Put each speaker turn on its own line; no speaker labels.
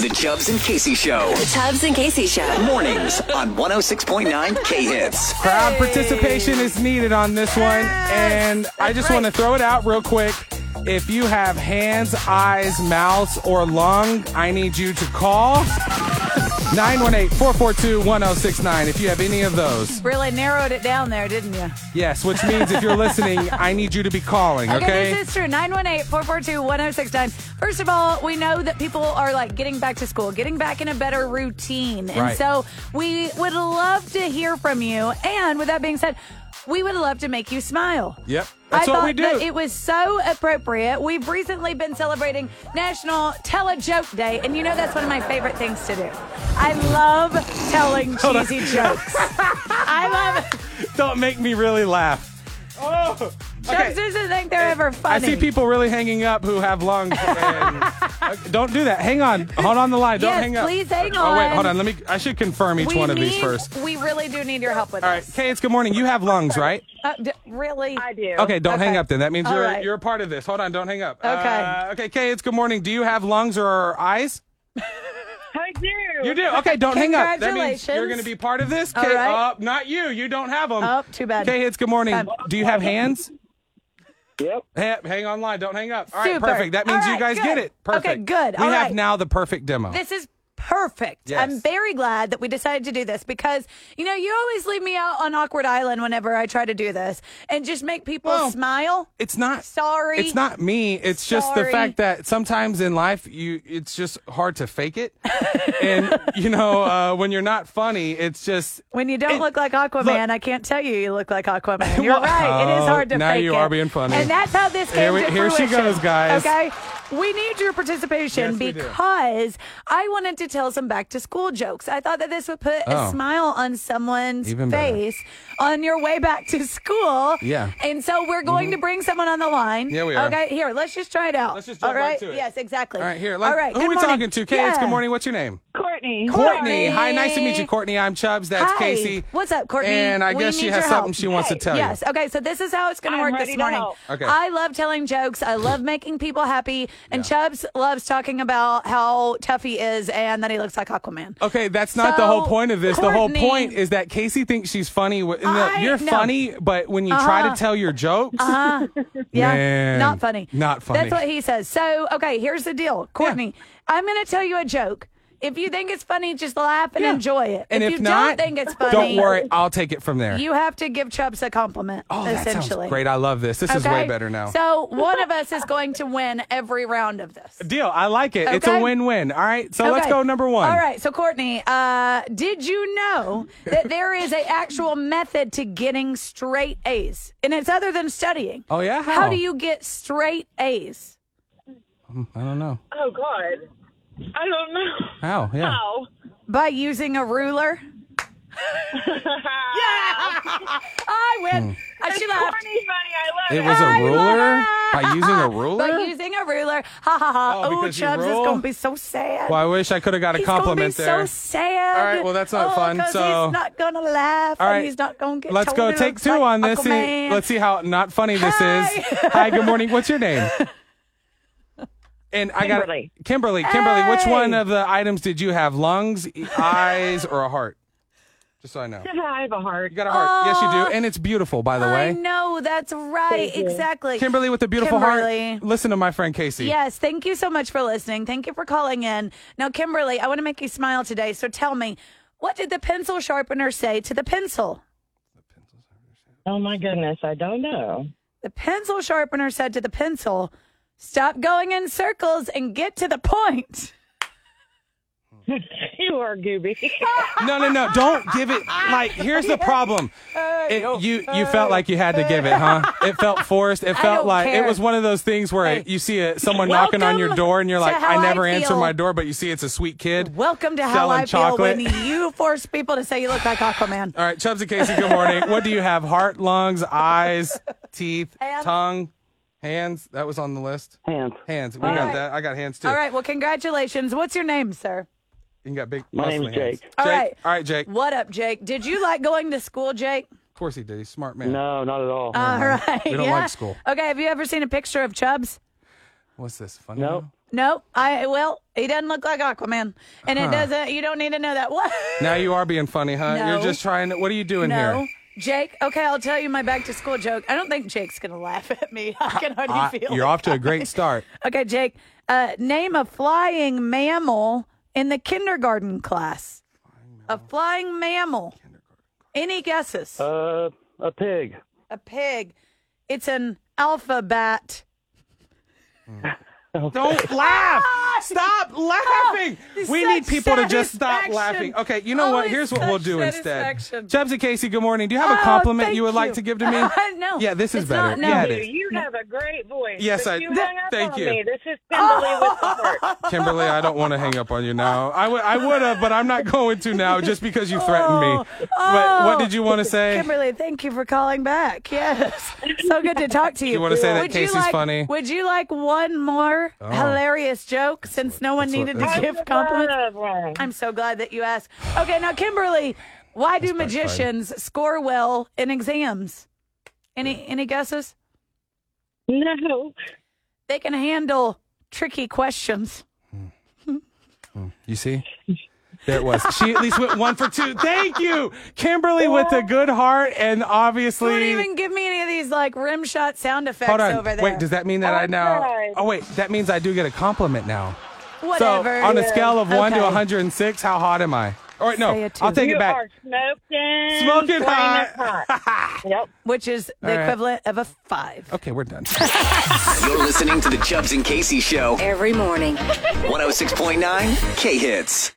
The Chubbs and Casey Show.
The Tubbs and Casey Show.
Mornings on 106.9 K Hits.
Crowd participation is needed on this one. And I just want to throw it out real quick. If you have hands, eyes, mouth, or lung, I need you to call 918 442 1069 if you have any of those.
Really narrowed it down there, didn't you?
Yes, which means if you're listening, I need you to be calling, okay?
this is true. 918-442-1069. First of all, we know that people are like getting back to school, getting back in a better routine.
Right.
And so we would love to hear from you. And with that being said, we would love to make you smile.
Yep. That's
I
what
thought
we do.
that it was so appropriate. We've recently been celebrating National Tell a Joke Day, and you know that's one of my favorite things to do. I love telling cheesy jokes. I love
Don't make me really laugh. Oh,
jokes. Doesn't think they're ever funny.
I see people really hanging up who have lungs. and- Uh, don't do that. Hang on. Hold on the line. Don't
Yes,
hang up.
please hang
Oh wait,
on.
hold on. Let me. I should confirm each
we
one of
need,
these first.
We really do need your help with
All right,
this.
Kay, it's good morning. You have lungs, right?
Uh, d- really? I do.
Okay, don't
Okay.
hang up then. That means
All
you're
right.
you're a part of this. Hold on, don't hang up.
Okay.
Uh, okay, Kay, it's good morning. Do you have lungs or eyes?
I do.
You do. Okay, don't hang up. That means you're
Congratulations.
going to be part of this.
All
Kay,
right.
uh, not you. You don't have them.
Oh, too bad.
Kay, it's good morning.
Um,
Do you have hands?
Yep.
Ha- Hang on line. Don't hang up. All right,
Super.
perfect. That means
All
you
right,
guys
good.
get it.
Okay,
Perfect.
good.
We
All
have
right.
now the perfect demo.
This is perfect.
Yes.
I'm very glad that we decided to do this because, you know, you always leave me out on Awkward Island whenever I try to do this and just make people
Well,
smile.
it's not
Sorry.
It's not me. It's just the
Sorry.
fact that sometimes in life you it's just hard to fake it. and you know, uh, when you're not funny, it's just
When you don't look like Aquaman,
look-
I can't tell you you look like Aquaman. You're
Well-
right. It is
Oh,
hard to
now
fake
you are
it.
being funny.
And that's how this
Here
came
we-
to
here she
fruition,
goes, guys.
Okay. We need your participation
Yes, we do.
because I wanted to tell some back to school jokes. I thought that this would put
Oh.
a smile on someone's
Even better.
face on your way back to school.
Yeah.
And so we're going to bring someone on the line.
Yeah, we are.
Okay, here, let's just try it out.
Let's just
All
jump right
right.
to it.
Yes, exactly.
all right here.
All
Like,
right.
Who
good
are we
morning.
talking to? Kay, it's good
Yeah.
morning. What's your name?
Courtney.
Courtney. Hi, nice to meet you,
Courtney.
Courtney. I'm Chubbs. That's
Hi.
Casey.
What's up, Courtney?
And I
We
guess she
need
has
your
something
help.
she wants to tell
yes.
you.
Okay. So this is how it's going to
I'm
work
ready
this
to
morning.
help.
Okay.
I love telling jokes. I love making people happy. And Chubbs loves talking about how tough he is and that he looks like Aquaman.
Okay, that's not the whole
So,
point of this. the whole
Courtney-
point is that Casey thinks she's funny. wh- no,
I-
you're
no.
funny, but when you try to
Uh-huh.
tell your jokes,
Uh, yeah,
Man.
not funny.
Not funny.
That's what he says. So, okay, here's the deal, Courtney. I'm going to tell you a joke. If you think it's funny, just laugh and
Yeah.
enjoy it.
and
if,
if,
you
not,
don't think it's funny,
don't worry. I'll take it from there.
You have to give Chubbs a compliment.
oh, that sounds
essentially,
great. I love this. This is way
Okay?
better now.
So one of us is going to win every round of this.
Deal. I like it. It's a
Okay.
win-win. All right. So let's
Okay.
go number one.
All right. So Courtney, uh, did you know that there is a actual method to getting straight A's, and it's other than studying?
Oh, yeah?
How,
How?
do you get straight A's?
I don't know.
Oh God. I don't know.
How? Yeah.
Oh,
How?
By using a ruler. I win.
Hmm.
Uh, she laughed.
Courtney, funny. I
It
love it.
was a
I love
ruler
it.
by using a ruler.
By using a ruler. Ha ha ha.
Oh,
oh,
because you
Chubbs is
roll?
going to be so sad.
well, I wish I could have got a
He's
compliment
gonna be
there.
so sad.
All right, well, that's not
Oh,
fun,
'cause
so-
he's not gonna laugh.
All right,
and he's not gonna get.
Let's go
told he
take
looks
two
like
on this. See-
Aquaman.
let's see how not funny this is. Hi, good morning. What's your name? And I got
Kimberly.
Kimberly. Kimberly, which
Hey.
one of the items did you have? Lungs, e- eyes, or a heart? Just so I know.
I have a heart.
You got a heart. yes, you do. And it's beautiful, by the
Uh, I
way.
know that's right. Exactly.
Kimberly with a beautiful
Kimberly.
heart. Listen to my friend Casey.
Yes, thank you so much for listening. Thank you for calling in. Now, Kimberly, I want to make you smile today. So tell me, what did the pencil sharpener say to the pencil?
Oh my goodness, I don't know.
The pencil sharpener said to the pencil, "Stop going in circles and get to the point."
You are gooby.
No, no, no. Don't give it. Like, here's the problem. It, you you felt like you had to give it, huh? It felt forced. It felt
don't
like
care.
it was one of those things where you see a, someone knocking on your
Welcome
door and you're
to
like,
how
I never
I
answer
feel."
my door, but you see it's a sweet kid.
Welcome to how
Selling
I
chocolate.
feel when you force people to say you look like Aquaman.
All right, Chubbs and Casey, good morning. what do you have? Heart, lungs, eyes, teeth,
Hands.
tongue, hands. That was on the list.
Hands.
Hands. We got that. I got hands too.
All right. Well, congratulations. What's your name, sir?
You got big.
My name's
muscly hands.
Jake.
All right.
All right, Jake. Of
What up, Jake? Did you like going to school, Jake?
course he did. He's a smart man.
No, not at all.
Uh-huh.
All right.
We don't
yeah.
like school.
Okay. Have you ever seen a picture of Chubbs?
What's this? Funny?
Nope.
Bone?
Nope. I well, he doesn't look like Aquaman, and it doesn't. You don't need to know that. What?
Now you are being funny, huh?
No.
You're just trying to. What are you doing
No.
here?
Jake, okay, I'll tell you my back to school joke. I don't think Jake's gonna laugh at me. I can already
I-
feel.
you're
it.
off to a great start.
Okay, Jake, uh, name a flying mammal in the kindergarten class. A flying mammal. Any guesses?
Uh, a pig.
a pig. It's an alphabet.
Don't laugh. Stop laughing.
Oh,
we need
such
people to just stop
satisfaction.
laughing. Okay, you know what?
Always
Here's what we'll
such
do instead.
satisfaction.
Chubbs and Casey, good morning. Do you have a
Oh,
compliment
thank
you would like
you.
to give to me?
No,
Yeah, this is
it's
better.
not. No.
Yeah, it
You,
is.
you have a great voice.
Yes,
but
I-
you
th-
hung up
thank
on
you.
Me. This is Kimberly with the heart.
Kimberly, I don't want to hang up on you now. I would have, but I'm not going to now just because you threatened me. But what did you want to say?
Oh, Kimberly, thank you for calling back. Yes. So good to talk to you.
You wanna say that Casey's
like,
funny? Oh.
Would you like one more hilarious joke since no one
that's what-
needed
that's
to
what-
give compliments?
Love one.
I'm so glad that you asked. Okay, now, Kimberly, why do magicians score well in exams? Any any guesses?
No.
They can handle tricky questions.
You see? There it was. She at least went one for two. Thank you, Kimberly, with a good heart and obviously.
Don't even give me any of these like rim shot sound effects
Hold on.
over there.
Wait, does that mean that I now?
Okay.
Oh wait, that means I do get a compliment now.
Whatever.
So on a scale of one to
Okay.
106, how hot am I? All right, no,
Say a two.
I'll take
you
it back.
are smoking.
Smoking
flaming
hot.
yep.
which is the
right.
equivalent of a five.
Okay, we're done.
You're listening to the Chubbs and Casey Show.
Every morning.
106.9 K Hits.